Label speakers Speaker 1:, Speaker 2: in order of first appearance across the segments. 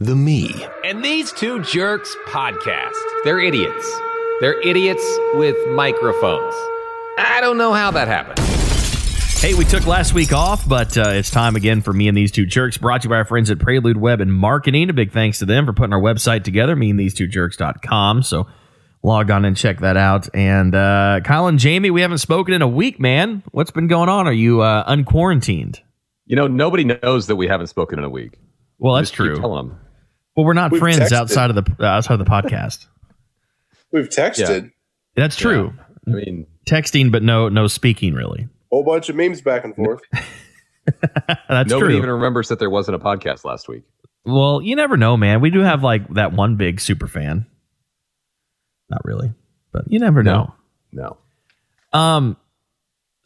Speaker 1: The Me.
Speaker 2: And these two jerks podcast. They're idiots. They're idiots with microphones. I don't know how that happened.
Speaker 3: Hey, we took last week off, but uh, it's time again for me and these two jerks. Brought to you by our friends at Prelude Web and Marketing. A big thanks to them for putting our website together, me and these two jerks.com. So log on and check that out. And uh, Kyle and Jamie, we haven't spoken in a week, man. What's been going on? Are you uh, unquarantined?
Speaker 4: You know, nobody knows that we haven't spoken in a week.
Speaker 3: Well, that's
Speaker 4: Just keep
Speaker 3: true.
Speaker 4: telling 'em.
Speaker 3: Well, we're not
Speaker 5: We've
Speaker 3: friends
Speaker 5: texted.
Speaker 3: outside of the uh, outside of the podcast.
Speaker 5: We've texted a
Speaker 3: That's true.
Speaker 4: I mean,
Speaker 3: Texting, but no no speaking really.
Speaker 5: whole bunch of memes back and forth.
Speaker 3: That's
Speaker 4: nobody
Speaker 3: true.
Speaker 4: even remembers that there wasn't a podcast last week.
Speaker 3: Well, you never know, man. We do have like that one big super fan. Not really, but you never know.
Speaker 4: No.
Speaker 3: Um,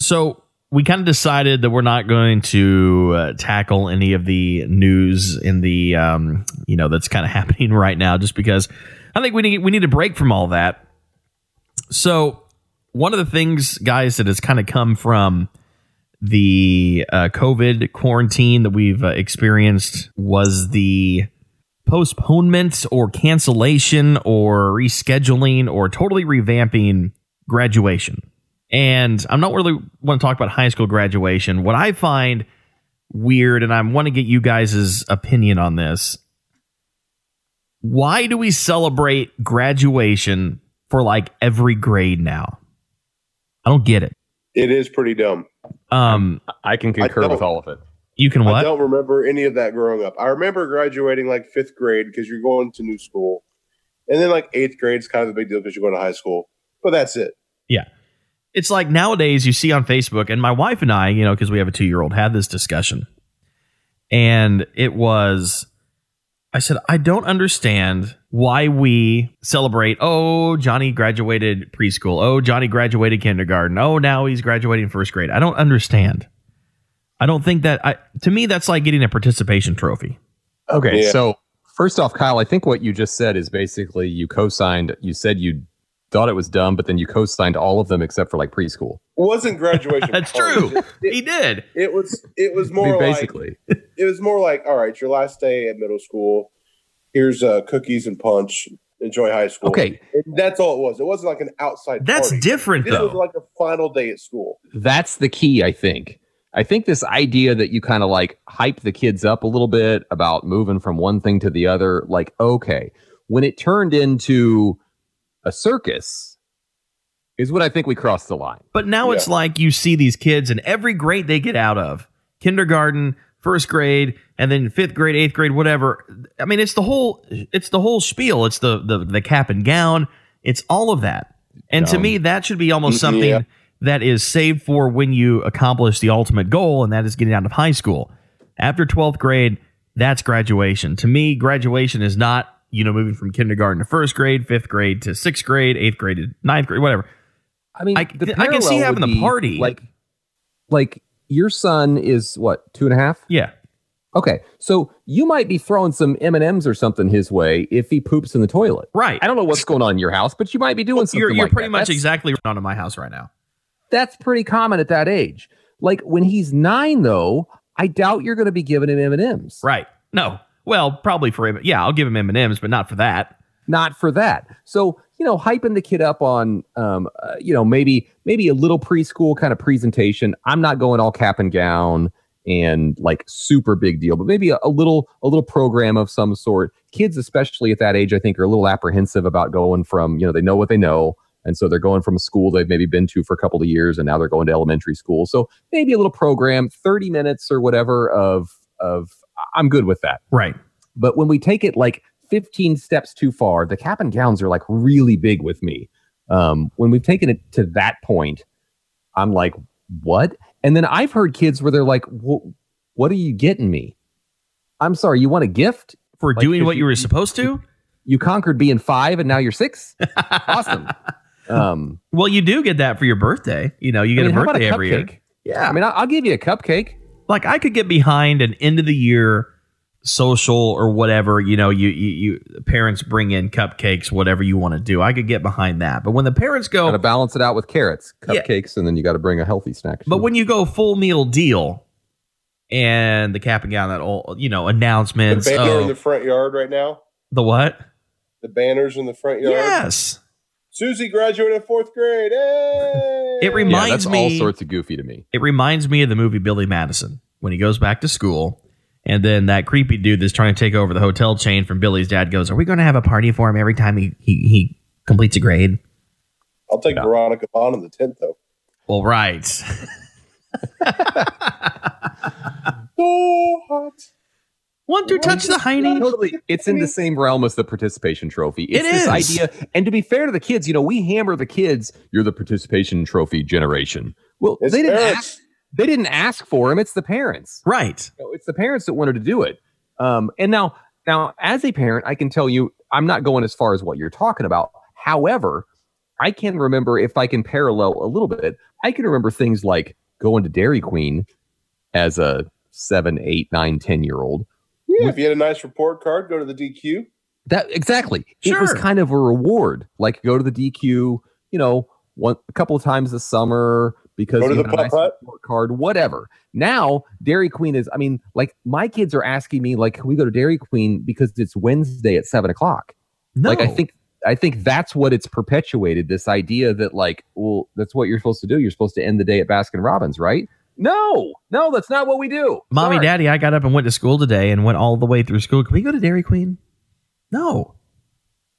Speaker 3: so we kind of decided that we're not going to uh, tackle any of the news in the um, you know, that's kind of happening right now, just because I think we need we need a break from all that. So one of the things, guys, that has kind of come from the uh, COVID quarantine that we've uh, experienced was the postponement or cancellation or rescheduling or totally revamping graduation. And I'm not really want to talk about high school graduation. What I find weird, and I want to get you guys' opinion on this. Why do we celebrate graduation for like every grade now? I don't get it.
Speaker 5: It is pretty dumb.
Speaker 3: Um,
Speaker 4: I can concur
Speaker 5: don't-
Speaker 4: with all of it.
Speaker 3: you can
Speaker 5: I
Speaker 3: what?
Speaker 5: don't remember any of that growing up. I remember graduating like fifth grade because you're going to new school, and then like eighth grade's kind of a big deal because you're going to high school. But that's it.
Speaker 3: it's like nowadays you see on Facebook, and my wife and I, you know, because we have a two year old, had this discussion. And it was, I said, I don't understand why we celebrate, oh, Johnny graduated preschool. Oh, Johnny graduated kindergarten. Oh, now he's graduating first grade. I don't understand. I don't think that, I, to me, that's like getting a participation trophy.
Speaker 4: Okay,
Speaker 5: Yeah.
Speaker 4: so first off, Kyle, I think what you just said is basically you co-signed. You said you thought it was dumb, but then you co-signed all of them except for like preschool.
Speaker 5: Wasn't graduation?
Speaker 3: That's
Speaker 5: college.
Speaker 3: true.
Speaker 5: It,
Speaker 3: He did.
Speaker 5: it was. It was
Speaker 4: I
Speaker 5: more
Speaker 4: mean,
Speaker 5: like
Speaker 4: basically,
Speaker 5: it was more like all right, your last day at middle school. Here's uh, cookies and punch. Enjoy high school.
Speaker 4: okay,
Speaker 5: And that's all it was. It wasn't like an outside.
Speaker 3: That's
Speaker 5: party.
Speaker 3: different,
Speaker 5: This
Speaker 3: though.
Speaker 5: was like the final day at school.
Speaker 4: that's the key. I think. I think this idea that you kind of like hype the kids up a little bit about moving from one thing to the other, like okay, when it turned into a circus, is what I think we crossed the line.
Speaker 3: But now it's like you see these kids and every grade they get out of kindergarten, first grade, and then fifth grade, eighth grade, whatever. I mean, it's the whole it's the whole spiel. It's the the, the cap and gown. It's all of that. And to
Speaker 4: Dumb.
Speaker 3: me, that should be almost
Speaker 5: Mhm,
Speaker 3: something
Speaker 5: yeah.
Speaker 3: that is saved for when you accomplish the ultimate goal, and that is getting out of high school. After twelfth grade, that's graduation. To me, graduation is not you know moving from kindergarten to first grade, fifth grade to sixth grade, eighth grade to ninth grade, whatever.
Speaker 4: I mean,
Speaker 3: I-
Speaker 4: the
Speaker 3: I can see
Speaker 4: parallel
Speaker 3: having
Speaker 4: would
Speaker 3: the
Speaker 4: be,
Speaker 3: party.
Speaker 4: Like, like your son is what two and a half?
Speaker 3: Yeah.
Speaker 4: Okay, so you might be throwing some M and M's or something his way if he poops in the toilet.
Speaker 3: Right.
Speaker 4: I don't know what's going on in your house, but you might be doing something.
Speaker 3: you're, you're
Speaker 4: like
Speaker 3: pretty
Speaker 4: that.
Speaker 3: much
Speaker 4: That's-
Speaker 3: exactly on to my house right now.
Speaker 4: That's pretty common at that age. Like when he's nine, though, I doubt you're going to be giving him M and M's.
Speaker 3: Right. No. Well, probably for him. Yeah, I'll give him M and M's, but not for that.
Speaker 4: not for that. So you know, hyping the kid up on um, uh, you know maybe maybe a little preschool kind of presentation. I'm not going all cap and gown and like super big deal, but maybe a, a little a little program of some sort. Kids, especially at that age, I think are a little apprehensive about going from you know they know what they know. And so they're going from a school they've maybe been to for a couple of years, and now they're going to elementary school. So maybe a little program, thirty minutes or whatever of of I'm good with that.
Speaker 3: Right.
Speaker 4: But when we take it like 15 steps too far, the cap and gowns are like really big with me. Um, when we've taken it to that point, I'm like, what? And then I've heard kids where they're like, "Wh- what are you getting me? I'm sorry, you want a gift?
Speaker 3: For
Speaker 4: Like,
Speaker 3: doing
Speaker 4: if
Speaker 3: what you
Speaker 4: you-
Speaker 3: were supposed to.
Speaker 4: You conquered being five and now you're six? Awesome. Um,
Speaker 3: Well, you do get that for your birthday. You know, you get
Speaker 4: I mean, how
Speaker 3: a
Speaker 4: about
Speaker 3: birthday
Speaker 4: a
Speaker 3: every year.
Speaker 4: cupcake? Yeah, I mean, I'll, I'll give you a cupcake.
Speaker 3: Like I could get behind an end of the year social or whatever. You know, you you, you parents bring in cupcakes, whatever you want to do. I could get behind that. But when the parents
Speaker 4: Got to
Speaker 3: go,
Speaker 4: balance it out with carrots,
Speaker 3: Oh. Yeah.
Speaker 4: cupcakes, and then you got to bring a healthy snack.
Speaker 3: but when you go full meal deal, and the cap and gown that old you know
Speaker 5: The
Speaker 3: announcements.
Speaker 5: banner in
Speaker 3: Oh,
Speaker 5: the
Speaker 3: the,
Speaker 5: front yard right now.
Speaker 3: what?
Speaker 5: The banners in the front yard.
Speaker 3: Yes,
Speaker 5: Susie graduated fourth grade. Hey!
Speaker 3: It rem-
Speaker 4: Yeah,
Speaker 3: Reminds
Speaker 4: that's
Speaker 3: me-
Speaker 4: all sorts of goofy to me.
Speaker 3: it reminds me of the movie Billy Madison when he goes back to school. And then that creepy dude that's trying to take over the hotel chain from Billy's dad goes, "Are we going to have a party for him every time he he, he completes a grade?"
Speaker 5: I'll take Veronica Vaughn in the tent though.
Speaker 3: Well, right.
Speaker 5: So Oh, hot.
Speaker 3: Want to touch the hiney?
Speaker 4: Totally, it's in the same realm as the participation trophy. It's
Speaker 3: It
Speaker 4: this
Speaker 3: is.
Speaker 4: idea, and to be fair to the kids, you know, we hammer the kids. You're the participation trophy generation. Well,
Speaker 5: It's
Speaker 4: they didn't
Speaker 5: Eric's.
Speaker 4: ask. They didn't ask for him. It's the parents.
Speaker 3: Right.
Speaker 4: you know, it's the parents that wanted to do it. Um, and now, now as a parent, I can tell you, I'm not going as far as what you're talking about. However, I can remember if I can parallel a little bit, I can remember things like going to Dairy Queen as a seven, eight, nine, ten year old.
Speaker 5: Yeah, if you had a nice report card, go to the DQ.
Speaker 4: That exactly. It was
Speaker 3: Sure.
Speaker 4: kind of a reward, like go to the DQ, you know, one a couple of times this summer because
Speaker 5: Go to
Speaker 4: you
Speaker 5: the
Speaker 4: had a
Speaker 5: putt putt.
Speaker 4: report card, whatever. Now Dairy Queen is. I mean, like my kids are asking me, like, can we go to Dairy Queen because it's Wednesday at seven o'clock?
Speaker 3: No.
Speaker 4: Like, I think I think that's what it's perpetuated. This idea that like, well, that's what you're supposed to do. You're supposed to end the day at Baskin Robbins, right? No, no, that's not what we do.
Speaker 3: Mommy,
Speaker 4: Sorry.
Speaker 3: Daddy, I got up and went to school today and went all the way through school. Can we go to Dairy Queen? No.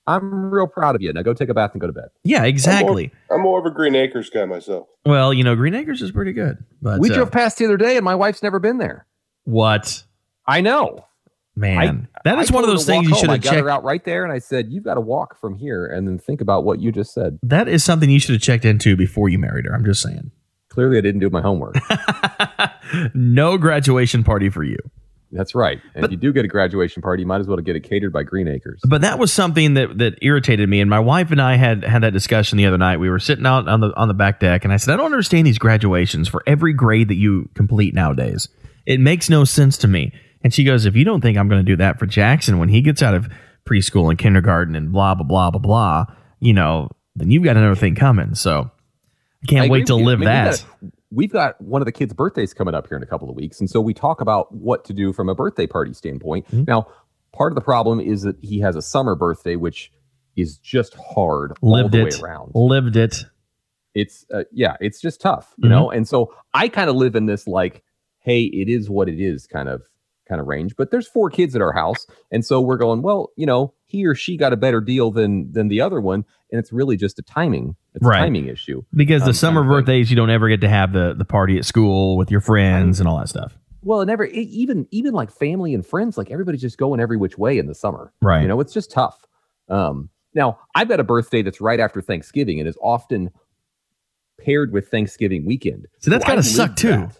Speaker 4: I'm real proud of you. Now go take a bath and go to bed.
Speaker 3: Yeah, exactly.
Speaker 5: I'm more of a Green Acres guy myself.
Speaker 3: Well, you know, Green Acres is pretty good. But
Speaker 4: we
Speaker 3: uh,
Speaker 4: drove past the other day, and my wife's never been there.
Speaker 3: what
Speaker 4: I know.
Speaker 3: man? that is
Speaker 4: I
Speaker 3: one of
Speaker 4: told her
Speaker 3: those
Speaker 4: to
Speaker 3: things
Speaker 4: walk
Speaker 3: you
Speaker 4: home.
Speaker 3: should
Speaker 4: I
Speaker 3: have
Speaker 4: got
Speaker 3: checked.
Speaker 4: her out right there, and I said, "You've got to walk from here, and then think about what you just said."
Speaker 3: That is something you should have checked into before you married her. I'm just saying.
Speaker 4: Clearly, I didn't do my homework.
Speaker 3: no graduation party for you.
Speaker 4: That's right. And
Speaker 3: But-
Speaker 4: if you do get a graduation party, you might as well get it catered by Green Acres.
Speaker 3: But that was something that that irritated me. And my wife and I had had that discussion the other night. We were sitting out on the on the back deck, and I said, I don't understand these graduations for every grade that you complete nowadays. It makes no sense to me. And she goes, If you don't think I'm going to do that for Jackson when he gets out of preschool and kindergarten and blah blah blah blah blah, you know, then you've got another thing coming. So I
Speaker 4: I
Speaker 3: can't
Speaker 4: agree
Speaker 3: wait to
Speaker 4: with you. I
Speaker 3: live
Speaker 4: mean, we
Speaker 3: that.
Speaker 4: gotta- We've got one of the kids' birthdays coming up here in a couple of weeks, and so we talk about what to do from a birthday party standpoint.
Speaker 3: Mhm.
Speaker 4: Now, part of the problem is that he has a summer birthday, which is just hard all
Speaker 3: Lived
Speaker 4: the
Speaker 3: it.
Speaker 4: way around.
Speaker 3: Lived it.
Speaker 4: it's uh, yeah it's just tough you
Speaker 3: Mhm.
Speaker 4: know and so i kind of live in this like hey it is what it is kind of kind of range but there's four kids at our house and so we're going well you know he or she got a better deal than than the other one and it's really just a timing it's
Speaker 3: Right.
Speaker 4: a timing issue
Speaker 3: Because
Speaker 4: Um,
Speaker 3: the summer
Speaker 4: kind of thing.
Speaker 3: birthdays, you don't ever get to have the, the party at school with your friends and all that stuff.
Speaker 4: well and every e- even even like family and friends like everybody's just going every which way in the summer
Speaker 3: Right.
Speaker 4: You know, it's just tough. Um, now, I've got a birthday that's right after Thanksgiving and is often paired with Thanksgiving weekend.
Speaker 3: So that's gotta
Speaker 4: I
Speaker 3: suck,
Speaker 4: live
Speaker 3: too.
Speaker 4: that.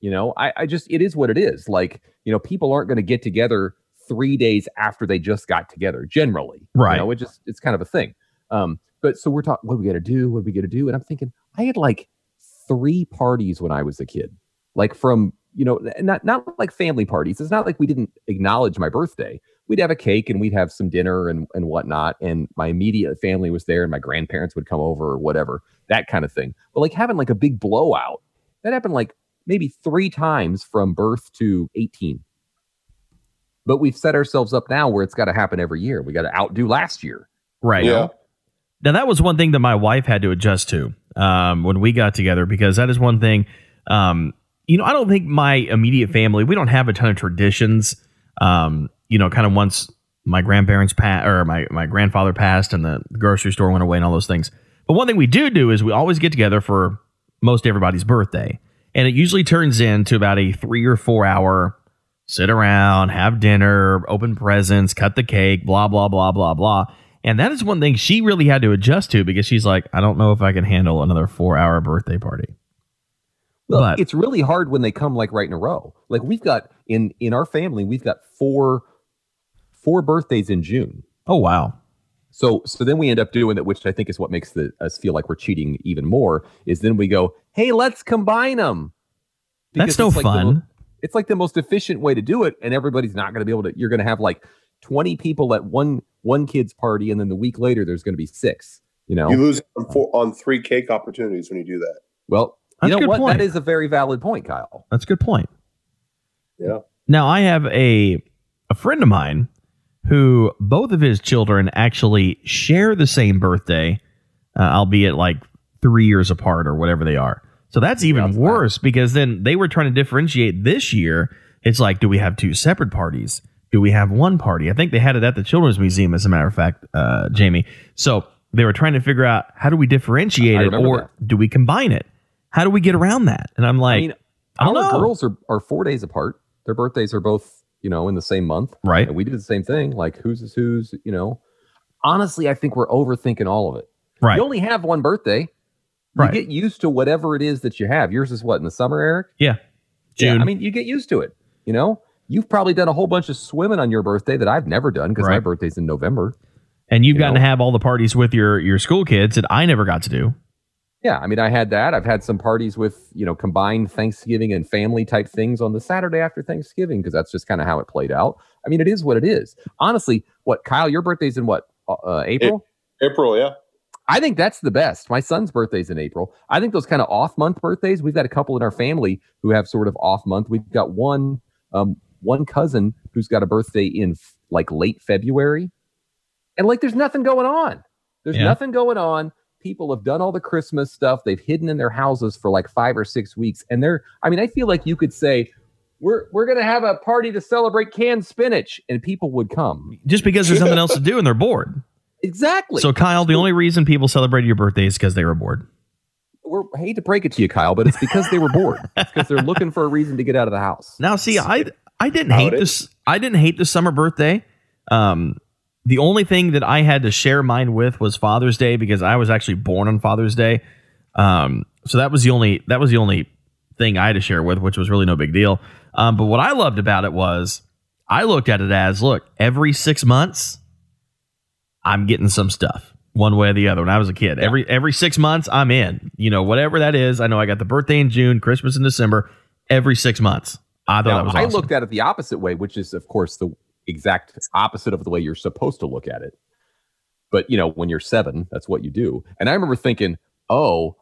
Speaker 4: You know, I, I just, it is what it is. Like, you know, people aren't going to get together three days after they just got together, generally.
Speaker 3: Right.
Speaker 4: You know, it just, it's kind of a thing. Um, but so we're talking, what are we going to do? What are we going to do? And I'm thinking, I had like three parties when I was a kid, like from, you know, not, not like family parties. It's not like we didn't acknowledge my birthday we'd have a cake and we'd have some dinner and, and whatnot. And my immediate family was there and my grandparents would come over or whatever, that kind of thing. But like having like a big blowout, that happened like maybe three times from birth to 18. But we've set ourselves up now where it's got to happen every year. We got to outdo last year.
Speaker 3: Right.
Speaker 5: yeah.
Speaker 3: Now that was one thing that my wife had to adjust to um, when we got together because that is one thing. Um, you know, I don't think my immediate family we don't have a ton of traditions. Um, you know, kind of once my grandparents passed or my my grandfather passed and the grocery store went away and all those things. But one thing we do do is we always get together for most everybody's birthday, and it usually turns into about a three or four hour sit around, have dinner, open presents, cut the cake, blah, blah, blah, blah, blah. And that is one thing she really had to adjust to because she's like, I don't know if I can handle another four hour birthday party.
Speaker 4: Well,
Speaker 3: But-
Speaker 4: it's really hard when they come like right in a row. Like we've got in in our family, we've got four four birthdays in June.
Speaker 3: Oh, wow.
Speaker 4: So so then we end up doing that, which I think is what makes the, us feel like we're cheating even more. Is then we go, hey, let's combine them.
Speaker 3: That's no fun.
Speaker 4: it's like the most efficient way to do it, and everybody's not going to be able to. You're going to have like 20 people at one one kid's party, and then the week later there's going to be six. You know,
Speaker 5: You lose on, four, on three cake opportunities when you do that.
Speaker 4: well,
Speaker 3: That's
Speaker 4: you
Speaker 3: a
Speaker 4: know
Speaker 3: good
Speaker 4: what?
Speaker 3: point.
Speaker 4: That is a very valid point, Kyle.
Speaker 3: That's a good point.
Speaker 5: Yeah.
Speaker 3: Now I have a a friend of mine who both of his children actually share the same birthday, uh, albeit like three years apart or whatever they are. So that's even
Speaker 4: that's bad.
Speaker 3: worse because then they were trying to differentiate this year. It's like, do we have two separate parties? Do we have one party? I think they had it at the Children's Museum, as a matter of fact, uh, Jamie. So they were trying to figure out how do we differentiate
Speaker 4: I
Speaker 3: it
Speaker 4: remember
Speaker 3: or do we combine it? How do we get around that? And I'm like,
Speaker 4: mean,
Speaker 3: I don't
Speaker 4: Our
Speaker 3: know.
Speaker 4: girls are, are four days apart. Their birthdays are both, you know, in the same month.
Speaker 3: right?
Speaker 4: And we did the same thing. Like whose is whose, you know. Honestly, I think we're overthinking all of it.
Speaker 3: Right.
Speaker 4: You only have one birthday.
Speaker 3: Right.
Speaker 4: You get used to whatever it is that you have. Yours is what in the summer, Eric?
Speaker 3: June.
Speaker 4: Yeah, I mean, you get used to it, you know? You've probably done a whole bunch of swimming on your birthday that I've never done because my
Speaker 3: Right.
Speaker 4: birthday's in November.
Speaker 3: and you've
Speaker 4: you
Speaker 3: gotten
Speaker 4: know.
Speaker 3: to have all the parties with your your school kids that I never got to do.
Speaker 4: Yeah, I mean, I had that. I've had some parties with, you know, combined Thanksgiving and family type things on the Saturday after Thanksgiving because that's just kind of how it played out. I mean, it is what it is. Honestly, what, Kyle, your birthday's in what, uh, uh, April?
Speaker 5: April, yeah.
Speaker 4: I think that's the best. My son's birthday's in April. I think those kind of off month birthdays. We've got a couple in our family who have sort of off month. We've got one um, one cousin who's got a birthday in f- like late February, and like there's nothing going on. There's
Speaker 3: Yeah.
Speaker 4: nothing going on. People have done all the Christmas stuff. They've hidden in their houses for like five or six weeks, and they're. I mean, I feel like you could say. We're, we're gonna have a party to celebrate canned spinach, and people would come.
Speaker 3: Just because there's nothing else to do and they're bored.
Speaker 4: Exactly.
Speaker 3: So Kyle, the only reason people celebrated your birthday is because they were bored.
Speaker 4: we're I hate to break it to you, Kyle, but it's because they were bored. It's because they're looking for a reason to get out of the house.
Speaker 3: Now, see, I I didn't
Speaker 5: How
Speaker 3: hate
Speaker 5: it
Speaker 3: this. I didn't hate the summer birthday. Um, the only thing that I had to share mine with was Father's Day because I was actually born on Father's Day. Um, so that was the only that was the only thing I had to share with, which was really no big deal. Um, but what I loved about it was I looked at it as look every six months I'm getting some stuff one way or the other. When I was a kid, every every six months I'm in. You know, whatever that is. I know I got the birthday in June, Christmas in December. Every six months, I thought
Speaker 4: Now,
Speaker 3: that was.
Speaker 4: I
Speaker 3: Awesome.
Speaker 4: looked at it the opposite way, which is, of course, the exact opposite of the way you're supposed to look at it. But you know, when you're seven, that's what you do. And I remember thinking, "Oh,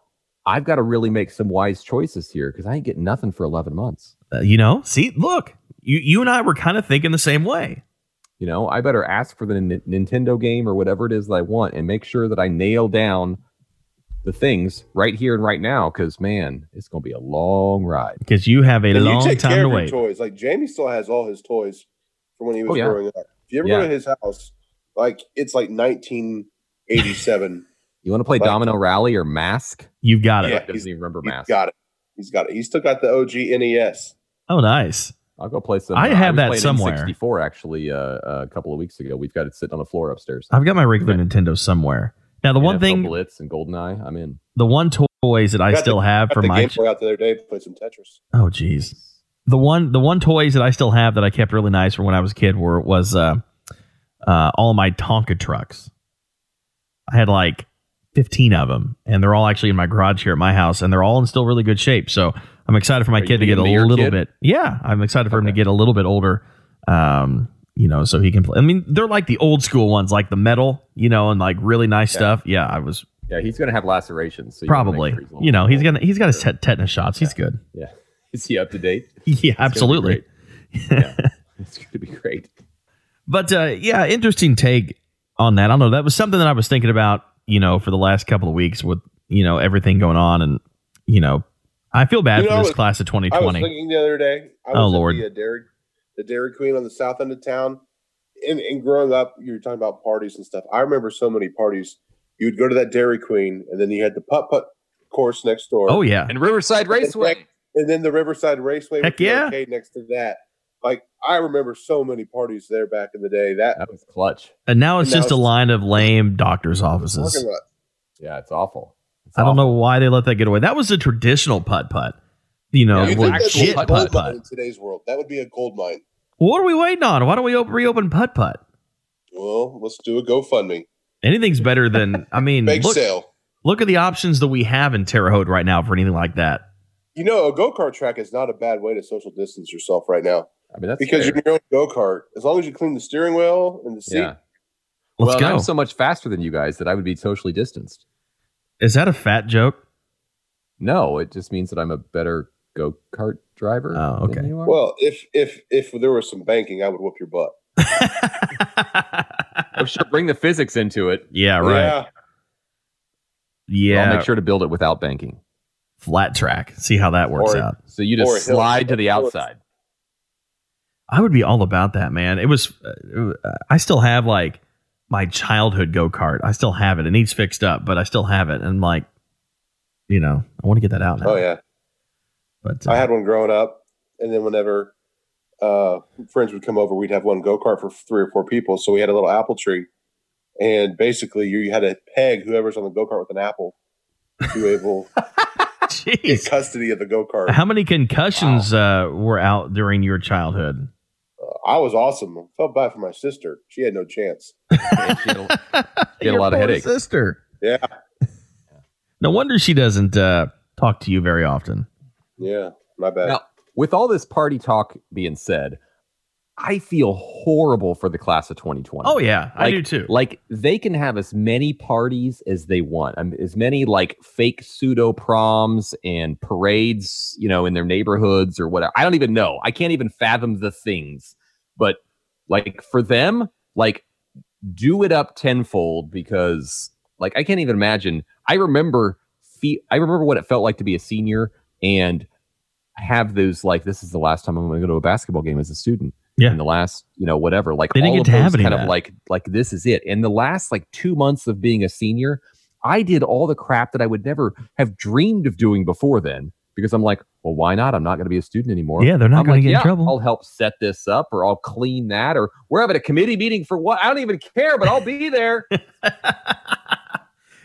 Speaker 4: I've got to really make some wise choices here because I ain't getting nothing for 11 months."
Speaker 3: Uh, you know, see, look, you you and I were kind of thinking the same way.
Speaker 4: You know, I better ask for the N- Nintendo game or whatever it is that I want, and make sure that I nail down the things right here and right now. Because man, it's gonna be a long ride.
Speaker 3: Because you have a
Speaker 5: And
Speaker 3: long
Speaker 5: you take
Speaker 3: time
Speaker 5: care
Speaker 3: to
Speaker 5: of
Speaker 3: wait.
Speaker 5: your toys. Like Jamie still has all his toys from when he was
Speaker 4: Oh, yeah.
Speaker 5: growing up. If you ever go
Speaker 4: Yeah.
Speaker 5: to his house, like it's like 1987.
Speaker 4: You want to play
Speaker 5: Like-
Speaker 4: Domino Rally or Mask?
Speaker 3: You've got it.
Speaker 5: Yeah.
Speaker 4: Eric doesn't even remember
Speaker 5: He's
Speaker 4: Mask.
Speaker 5: got it. He's got it. He's still got the OG NES.
Speaker 3: Oh, nice.
Speaker 4: I'll go play some.
Speaker 3: I
Speaker 4: uh,
Speaker 3: have
Speaker 4: was
Speaker 3: that
Speaker 4: playing
Speaker 3: somewhere.
Speaker 4: N64 actually uh, a couple of weeks ago. We've got it sitting on the floor upstairs.
Speaker 3: I've got my regular Nintendo somewhere. Now, Uh, the one
Speaker 4: NFL
Speaker 3: thing,
Speaker 4: Blitz and GoldenEye. I'm in.
Speaker 3: the one toys that I
Speaker 5: Got the-
Speaker 3: still have
Speaker 5: Got
Speaker 3: for
Speaker 5: the
Speaker 3: my
Speaker 5: Game Boy out the other day. Played some Tetris.
Speaker 3: oh, jeez, the one the one toys that I still have that I kept really nice from when I was a kid were was uh, uh, all my Tonka trucks. I had like fifteen of them, and they're all actually in my garage here at my house, and they're all in still really good shape. So I'm excited for my
Speaker 4: Are
Speaker 3: kid to
Speaker 4: you
Speaker 3: get a
Speaker 4: giving me your
Speaker 3: little
Speaker 4: kid?
Speaker 3: bit. Yeah, I'm excited for him to
Speaker 4: Okay.
Speaker 3: get a little bit older. Um, you know, so he can play. I mean, they're like the old school ones, like the metal, you know, and like really nice
Speaker 4: Yeah.
Speaker 3: stuff. Yeah, I was
Speaker 4: Yeah, he's gonna have lacerations. So you wanna make
Speaker 3: probably,
Speaker 4: sure he's a little
Speaker 3: you know, he's
Speaker 4: bit
Speaker 3: gonna he's got his tet- tetanus shots. He's good.
Speaker 4: older. Yeah. Is he up to date? It's
Speaker 3: Yeah,
Speaker 4: gonna be
Speaker 3: absolutely.
Speaker 4: great. yeah. It's gonna be great.
Speaker 3: But uh, yeah, interesting take on that. I don't know. That was something that I was thinking about, you know, for the last couple of weeks with you know everything going on, and you know, I feel bad
Speaker 5: You
Speaker 3: for
Speaker 5: know, I
Speaker 3: this
Speaker 5: was-
Speaker 3: class of twenty
Speaker 5: I was
Speaker 3: twenty.
Speaker 5: thinking the other day. I was
Speaker 3: Oh,
Speaker 5: at
Speaker 3: Lord.
Speaker 5: The, uh, Dairy, the Dairy Queen on the south end of town. And, and growing up, you were talking about parties and stuff. I remember so many parties. You would go to that Dairy Queen, and then you had the putt putt course next door.
Speaker 3: Oh yeah,
Speaker 4: And Riverside Raceway.
Speaker 5: and then the Riverside Raceway
Speaker 3: Heck
Speaker 5: with the
Speaker 3: yeah.
Speaker 5: arcade next to that. Like I remember so many parties there back in the day. That
Speaker 4: That was clutch.
Speaker 3: and now it's
Speaker 5: And now
Speaker 3: just a
Speaker 5: it's-
Speaker 3: line of lame doctors' offices.
Speaker 5: parking lot.
Speaker 4: Yeah, it's awful. It's
Speaker 3: I don't
Speaker 4: awful.
Speaker 3: know why they let that get away. That was a traditional putt putt, you know,
Speaker 4: Yeah,
Speaker 5: You'd
Speaker 4: we're
Speaker 5: think that's a
Speaker 3: legit
Speaker 4: actual
Speaker 5: gold
Speaker 3: putt
Speaker 5: mine
Speaker 3: putt.
Speaker 5: in today's world. That would be a gold mine.
Speaker 3: What are we waiting on? Why don't we op- reopen putt putt?
Speaker 5: Well, let's do a GoFundMe.
Speaker 3: Anything's better than I mean,
Speaker 5: Big
Speaker 3: look,
Speaker 5: sale.
Speaker 3: look at the options that we have in Terre Haute right now for anything like that.
Speaker 5: You know, a go kart track is not a bad way to social distance yourself right now
Speaker 4: I mean, that's
Speaker 5: because
Speaker 4: fair.
Speaker 5: you're in your own go kart. As long as you clean the steering wheel and the seat,
Speaker 4: yeah.
Speaker 3: Let's
Speaker 4: well,
Speaker 3: go.
Speaker 4: I'm so much faster than you guys that I would be socially distanced.
Speaker 3: Is that a fat joke?
Speaker 4: No, it just means that I'm a better go kart driver.
Speaker 3: Oh,
Speaker 4: than
Speaker 3: okay.
Speaker 4: you are.
Speaker 5: Well, if if if there was some banking, I would whoop your butt.
Speaker 4: oh, sure. Bring the physics into it.
Speaker 3: yeah, right.
Speaker 5: Yeah,
Speaker 3: Yeah,
Speaker 4: I'll make sure to build it without banking.
Speaker 3: flat track. See how that works
Speaker 5: Or-
Speaker 3: out.
Speaker 4: So you
Speaker 5: Or a hill.
Speaker 4: just slide to the
Speaker 5: Or-
Speaker 4: outside.
Speaker 3: I would be all about that, man. It was. uh, I still have like my childhood go kart. I still have it. It needs fixed up, but I still have it. And like, you know, I want to get that out now.
Speaker 5: Oh yeah.
Speaker 3: But uh,
Speaker 5: I had one growing up, and then whenever uh, friends would come over, we'd have one go kart for three or four people. So we had a little apple tree, and basically you, you had to peg whoever's on the go kart with an apple to be able to get
Speaker 3: jeez,
Speaker 5: custody of the go kart.
Speaker 3: how many concussions uh, were out during your childhood?
Speaker 5: I was awesome. I felt bad for my sister; she had no chance.
Speaker 3: Your
Speaker 4: lot of
Speaker 3: poor
Speaker 4: headaches.
Speaker 3: Sister.
Speaker 5: Yeah.
Speaker 3: No wonder she doesn't uh, talk to you very often.
Speaker 5: Yeah, my bad.
Speaker 4: Now- With all this party talk being said, I feel horrible for the class of 2020.
Speaker 3: Oh yeah, I
Speaker 4: Like-
Speaker 3: do too.
Speaker 4: Like they can have as many parties as they want, um, as many like fake pseudo proms and parades, you know, in their neighborhoods or whatever. I don't even know. I can't even fathom the things. But like for them, like do it up tenfold because like I can't even imagine. I remember fe- I remember what it felt like to be a senior and have those like this is the last time I'm going to go to a basketball game as a student.
Speaker 3: Yeah.
Speaker 4: In the last, you know, whatever. Like
Speaker 3: They didn't
Speaker 4: all
Speaker 3: get
Speaker 4: of
Speaker 3: to have
Speaker 4: those
Speaker 3: any
Speaker 4: kind
Speaker 3: of
Speaker 4: of,
Speaker 3: that.
Speaker 4: like like this is it. In the last like two months of being a senior, I did all the crap that I would never have dreamed of doing before then because I'm like, well, why not? I'm not going to be a student anymore.
Speaker 3: yeah, they're
Speaker 4: I'm
Speaker 3: not going to
Speaker 4: like,
Speaker 3: get
Speaker 4: yeah,
Speaker 3: in trouble.
Speaker 4: I'll help set this up or I'll clean that or we're having a committee meeting for what? I don't even care, but I'll be there.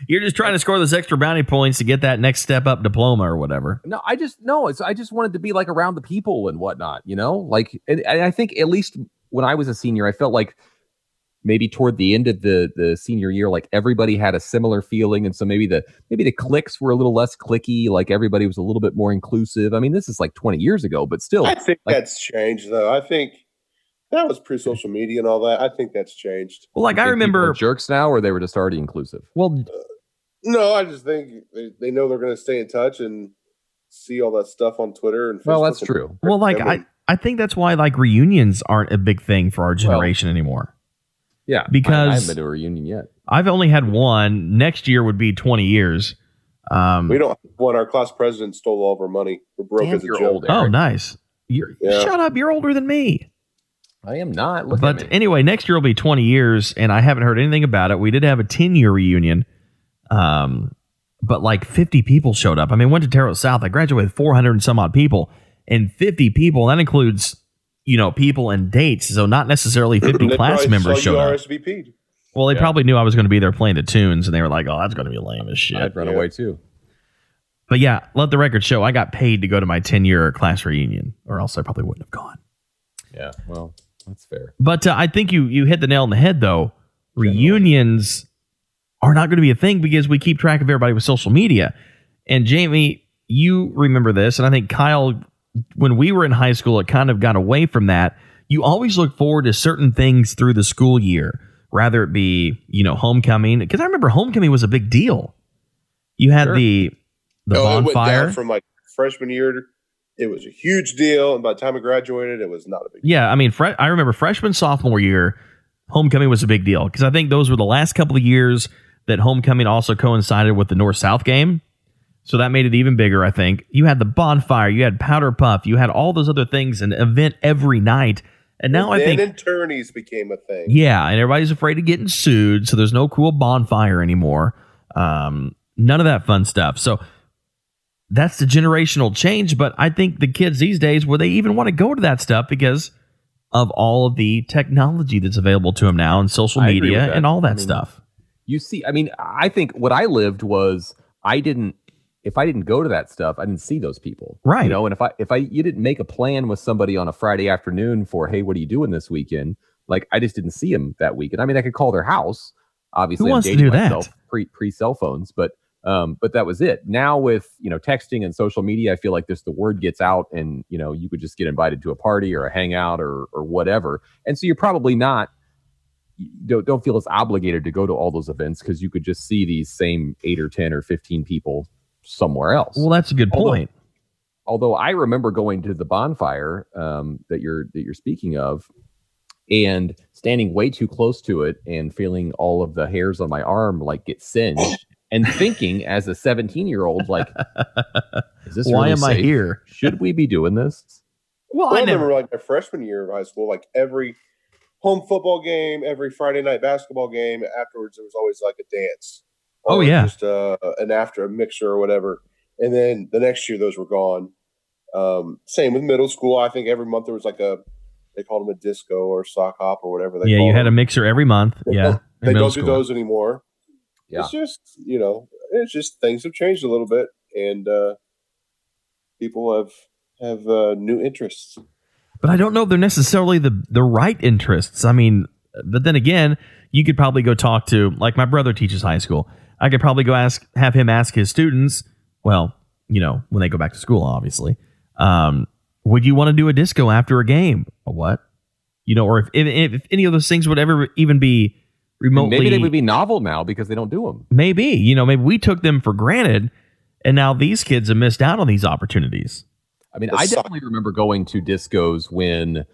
Speaker 3: You're just trying to score those extra bounty points to get that next step up diploma or whatever.
Speaker 4: No, I just no. It's I just wanted to be like around the people and whatnot, you know. Like, and, and I think at least when I was a senior, I felt like maybe toward the end of the the senior year, like everybody had a similar feeling, and so maybe the maybe the cliques were a little less clicky. Like everybody was a little bit more inclusive. I mean, this is like twenty years ago, but still,
Speaker 5: I think
Speaker 4: Like-
Speaker 5: that's changed, though. I think that was pre-social media and all that. I think that's changed.
Speaker 3: Well, like I
Speaker 4: Think people are
Speaker 3: remember.
Speaker 4: jerks now, or they were just already inclusive.
Speaker 3: Well,
Speaker 5: No, I just think they, they know they're going to stay in touch and see all that stuff on Twitter and. Facebook
Speaker 4: Well, that's
Speaker 5: and-
Speaker 4: true.
Speaker 3: well, like I, I think that's why like reunions aren't a big thing for our generation anymore.
Speaker 4: Yeah, I, I haven't
Speaker 3: because
Speaker 4: been to a reunion yet.
Speaker 3: I've only had one. Next year would be 20 years. Um,
Speaker 5: We don't have one. Our class president stole all of our money. We're broke
Speaker 4: Damn,
Speaker 5: as a
Speaker 4: you're
Speaker 5: joke.
Speaker 4: old,
Speaker 3: oh,
Speaker 4: Eric.
Speaker 3: nice. You're,
Speaker 5: Yeah.
Speaker 3: Shut up. You're older than me.
Speaker 4: I am not. Look
Speaker 3: but
Speaker 4: at me.
Speaker 3: anyway, next year will be 20 years, and I haven't heard anything about it. We did have a 10 year reunion, um, but like 50 people showed up. I mean, went to Tarot South. I graduated with 400 and some odd people, and 50 people. That includes, you know, people and dates. So not necessarily 50
Speaker 5: They
Speaker 3: class
Speaker 5: probably
Speaker 3: members
Speaker 5: saw
Speaker 3: showed
Speaker 5: you
Speaker 3: up.
Speaker 5: RSVP'd.
Speaker 3: Well, they
Speaker 4: Yeah.
Speaker 3: probably knew I was going to be there playing the tunes, and they were like, "Oh, that's going to be lame as shit."
Speaker 4: I'd run
Speaker 5: Yeah.
Speaker 4: away too.
Speaker 3: But yeah, let the record show I got paid to go to my 10 year class reunion, or else I probably wouldn't have gone.
Speaker 4: Yeah, well, that's fair.
Speaker 3: But uh, I think you you hit the nail on the head though. Reunions are not going to be a thing because we keep track of everybody with social media. And Jamie, you remember this, and I think Kyle, when we were in high school, it kind of got away from that. You always look forward to certain things through the school year, rather it be you know homecoming because I remember homecoming was a big deal. You had
Speaker 4: Sure.
Speaker 3: the the
Speaker 5: No, Oh, it went
Speaker 3: bonfire.
Speaker 5: down from like freshman year. to- It was a huge deal, and by the time I graduated, it was not a big. deal.
Speaker 3: Yeah, I mean, fre- I remember freshman sophomore year, homecoming was a big deal because I think those were the last couple of years that homecoming also coincided with the north south game, so that made it even bigger. I think you had the bonfire, you had powder puff, you had all those other things, an event every night, and now I
Speaker 5: then
Speaker 3: think
Speaker 5: attorneys became a thing.
Speaker 3: yeah, and everybody's afraid of getting sued, so there's no cool bonfire anymore. Um, none of that fun stuff. So that's the generational change. But I think the kids these days, where they even want to go to that stuff because of all of the technology that's available to them now and social
Speaker 4: I agree with
Speaker 3: media
Speaker 4: that.
Speaker 3: and all that
Speaker 4: I mean,
Speaker 3: stuff.
Speaker 4: you see i mean i think what i lived was i didn't if i didn't go to that stuff i didn't see those people
Speaker 3: Right.
Speaker 4: you know and if i if i you didn't make a plan with somebody on a friday afternoon for hey what are you doing this weekend like i just didn't see them that weekend i mean i could call their house obviously
Speaker 3: Who
Speaker 4: I'm
Speaker 3: wants to
Speaker 4: dating
Speaker 3: do that?
Speaker 4: myself pre pre cell phones but um but that was it now with you know texting and social media i feel like this the word gets out and you know you could just get invited to a party or a hangout or or whatever and so you're probably not you don't don't feel as obligated to go to all those events because you could just see these same eight or ten or fifteen people somewhere else.
Speaker 3: Well, that's a good
Speaker 4: Although-
Speaker 3: point.
Speaker 4: although I remember going to the bonfire um, that you're that you're speaking of, and standing way too close to it and feeling all of the hairs on my arm like get singed, and thinking as a 17 year old like, is this
Speaker 3: Why
Speaker 4: really
Speaker 3: am I
Speaker 4: safe?
Speaker 3: here?
Speaker 4: Should we be doing this?
Speaker 3: Well,
Speaker 5: I
Speaker 3: I never.
Speaker 5: remember like my freshman year of high school, like every home football game, every Friday night basketball game. Afterwards, there was always like a dance.
Speaker 3: Oh,
Speaker 5: Or
Speaker 3: yeah.
Speaker 5: just uh, an after a mixer or whatever. And then the next year, those were gone. Um, same with middle school. I think every month there was like a they called them a disco or sock hop or whatever. They
Speaker 3: Yeah, you
Speaker 5: called
Speaker 3: had a
Speaker 5: them.
Speaker 3: mixer every month.
Speaker 5: They
Speaker 3: Yeah,
Speaker 5: don't-
Speaker 3: in
Speaker 5: They
Speaker 3: middle
Speaker 5: don't
Speaker 3: school.
Speaker 5: do those anymore.
Speaker 4: Yeah.
Speaker 5: It's just you know, it's just things have changed a little bit, and uh, people have have uh, new interests.
Speaker 3: But I don't know if they're necessarily the the right interests. I mean, but then again, you could probably go talk to like my brother teaches high school. I could probably go ask have him ask his students. Well, you know, when they go back to school, obviously. Um, would you want to do a disco after a game? A what? You know, or if, if, if any of those things would ever even be remotely
Speaker 4: Maybe they would be novel now because they don't do them.
Speaker 3: maybe you know maybe we took them for granted, and now these kids have missed out on these opportunities.
Speaker 4: I mean,
Speaker 5: The
Speaker 4: I
Speaker 5: sock-
Speaker 4: definitely remember going to discos when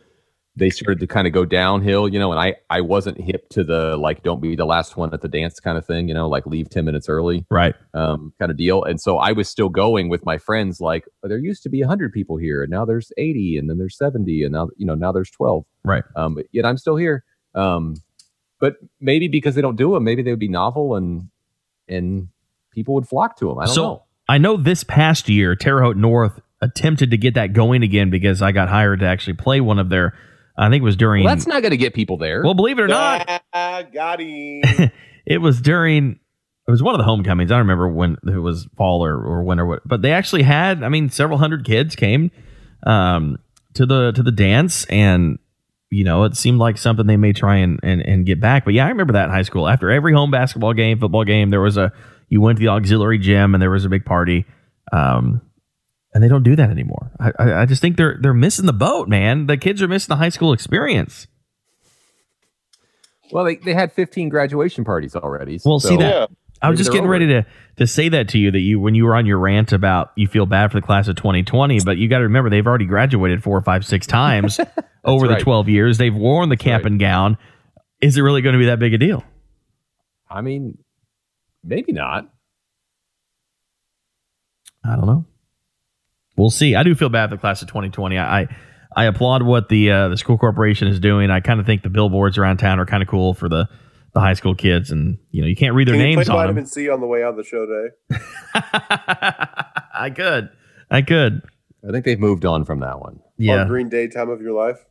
Speaker 4: they started to kind of go downhill, you know, and I I wasn't hip to the like don't be the last one at the dance kind of thing, you know, like leave 10 minutes early
Speaker 3: Right.
Speaker 4: um kind of deal. And so I was still going with my friends like "Oh, there used to be 100 people here and now there's 80 and then there's 70 and now you know now there's 12.
Speaker 3: Right.
Speaker 4: Um but yet I'm still here. Um but maybe because they don't do them, maybe they would be novel and and people would flock to them. I don't
Speaker 3: so
Speaker 4: know.
Speaker 3: I know this past year, Terre Haute North attempted to get that going again because I got hired to actually play one of their. I think it was during.
Speaker 4: Well, that's not going to get people there.
Speaker 3: well, believe it or not,
Speaker 5: Ah, got him.
Speaker 3: it was during. It was one of the homecomings. I don't remember when if it was fall or, or winter, what- but they actually had. I mean, several hundred kids came um, to the to the dance, and you know, it seemed like something they may try and, and and get back. But yeah, I remember that in high school. After every home basketball game, football game, there was a you went to the auxiliary gym and there was a big party. Um, and they don't do that anymore. I, I, I just think they're they're missing the boat, man. The kids are missing the high school experience.
Speaker 4: Well, they, they had 15 graduation parties already.
Speaker 3: Well, see that-
Speaker 5: yeah,
Speaker 3: I was
Speaker 4: Maybe
Speaker 3: just
Speaker 4: they're
Speaker 3: getting ready to to say that to you that you when you were on your rant about you feel bad for the class of 2020, but you got to remember they've already graduated four or five six times over
Speaker 4: right.
Speaker 3: the 12 years. They've worn the
Speaker 4: That's
Speaker 3: cap
Speaker 4: right.
Speaker 3: and gown. Is it really going to be that big a deal?
Speaker 4: I mean, maybe not.
Speaker 3: I don't know. We'll see. I do feel bad for the class of 2020. I I, I applaud what the uh, the school corporation is doing. I kind of think the billboards around town are kind of cool for the the high school kids, and you know you can't read their
Speaker 5: Can you
Speaker 3: names
Speaker 5: play
Speaker 3: on them.
Speaker 5: vitamin C on the way out of the show today?
Speaker 3: I could, I could.
Speaker 4: I think they've moved on from that one.
Speaker 5: On
Speaker 3: Yeah,
Speaker 5: Green Day, time of your life.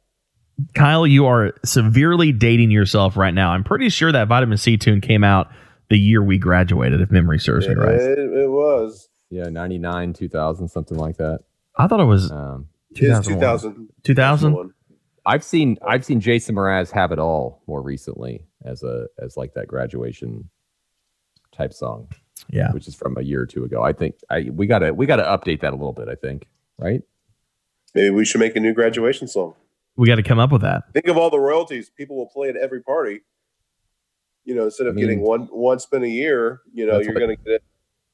Speaker 3: Kyle, you are severely dating yourself right now. I'm pretty sure that vitamin C tune came out the year we graduated, if memory serves me
Speaker 5: it,
Speaker 3: right.
Speaker 5: it- it was.
Speaker 4: Yeah, 99, 2000, something like that.
Speaker 3: I thought it was
Speaker 4: Um,
Speaker 5: It's
Speaker 3: 2001.
Speaker 5: 2000.
Speaker 3: 2000?
Speaker 4: I've seen I've seen Jason Mraz have it all more recently as a as like that graduation type song.
Speaker 3: Yeah.
Speaker 4: which is from a year or two ago. I think I we gotta we gotta update that a little bit. I think right.
Speaker 5: Maybe we should make a new graduation song.
Speaker 3: We got to come up with that.
Speaker 5: Think of all the royalties people will play at every party. You know, instead of
Speaker 4: I mean-
Speaker 5: getting one one spin a year, you know,
Speaker 4: That's
Speaker 5: you're
Speaker 4: what-
Speaker 5: going to get,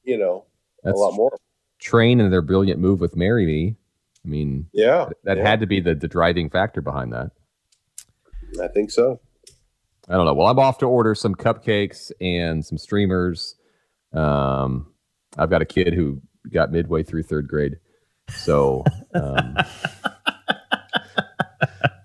Speaker 5: you know,
Speaker 4: That's
Speaker 5: a lot more.
Speaker 4: Train and their brilliant move with "Marry Me." I mean,
Speaker 5: Yeah,
Speaker 4: that
Speaker 5: yeah,
Speaker 4: had to be the, the driving factor behind that.
Speaker 5: I think so.
Speaker 4: I don't know. Well, I'm off to order some cupcakes and some streamers. Um, I've got a kid who got midway through third grade, so um,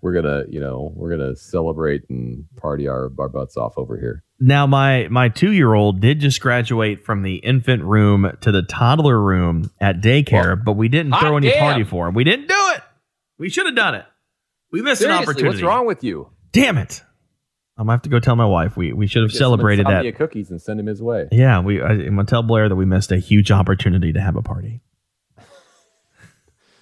Speaker 4: we're gonna, you know, we're gonna celebrate and party our, our butts off over here.
Speaker 3: Now, my my two year old did just graduate from the infant room to the toddler room at daycare, but we didn't
Speaker 4: hot
Speaker 3: throw any
Speaker 4: damn.
Speaker 3: party for him. We didn't do it. We should have done it. We missed an
Speaker 4: Seriously,
Speaker 3: opportunity.
Speaker 4: what's wrong with you?
Speaker 3: Damn it! I'm gonna have to go tell my wife. We we should have
Speaker 4: Get some
Speaker 3: celebrated that.
Speaker 4: insomnia cookies and send him his way.
Speaker 3: Yeah, we. I, I'm gonna tell Blair that we missed a huge opportunity to have a party.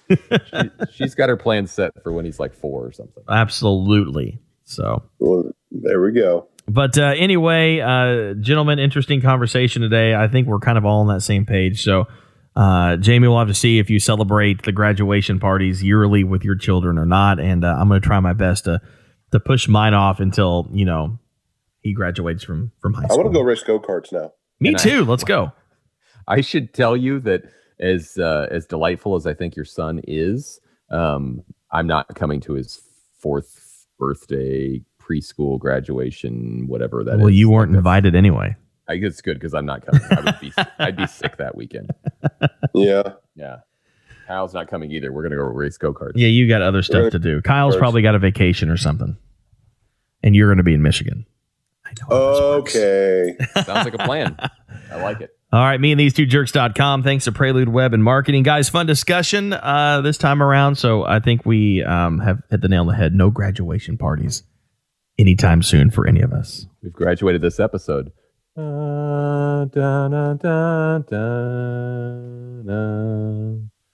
Speaker 4: She, she's got her plan set for when he's like four or something.
Speaker 3: Absolutely. So,
Speaker 5: Well, there we go.
Speaker 3: but uh, anyway, uh, gentlemen, interesting conversation today. I think we're kind of all on that same page. So, uh, Jamie, we'll have to see if you celebrate the graduation parties yearly with your children or not. And uh, I'm going to try my best to to push mine off until you know he graduates from from high
Speaker 5: I
Speaker 3: school.
Speaker 5: want to go race go karts now.
Speaker 3: Me
Speaker 4: and I-
Speaker 3: too. Let's go.
Speaker 4: I should tell you that as uh, as delightful as I think your son is, um, I'm not coming to his fourth birthday, preschool graduation, whatever that is.
Speaker 3: well, you weren't
Speaker 4: Like,
Speaker 3: invited anyway.
Speaker 4: I guess it's good because I'm not coming. I would be, I'd be sick that weekend.
Speaker 5: Yeah.
Speaker 4: Yeah, Hal's not coming either. We're gonna go race go karts.
Speaker 3: Yeah, you got other stuff to do. Kyle's
Speaker 5: First.
Speaker 3: probably got a vacation or something, and you're going to be in Michigan. I know. how this works.
Speaker 5: Okay.
Speaker 4: Sounds like a plan. I like it.
Speaker 3: All right, me and these two jerks.com. Thanks to Prelude Web and Marketing. Guys, fun discussion uh, this time around. So I think we um, have hit the nail on the head. No graduation parties anytime soon for any of us.
Speaker 4: We've graduated this episode. Da, da, da, da, da.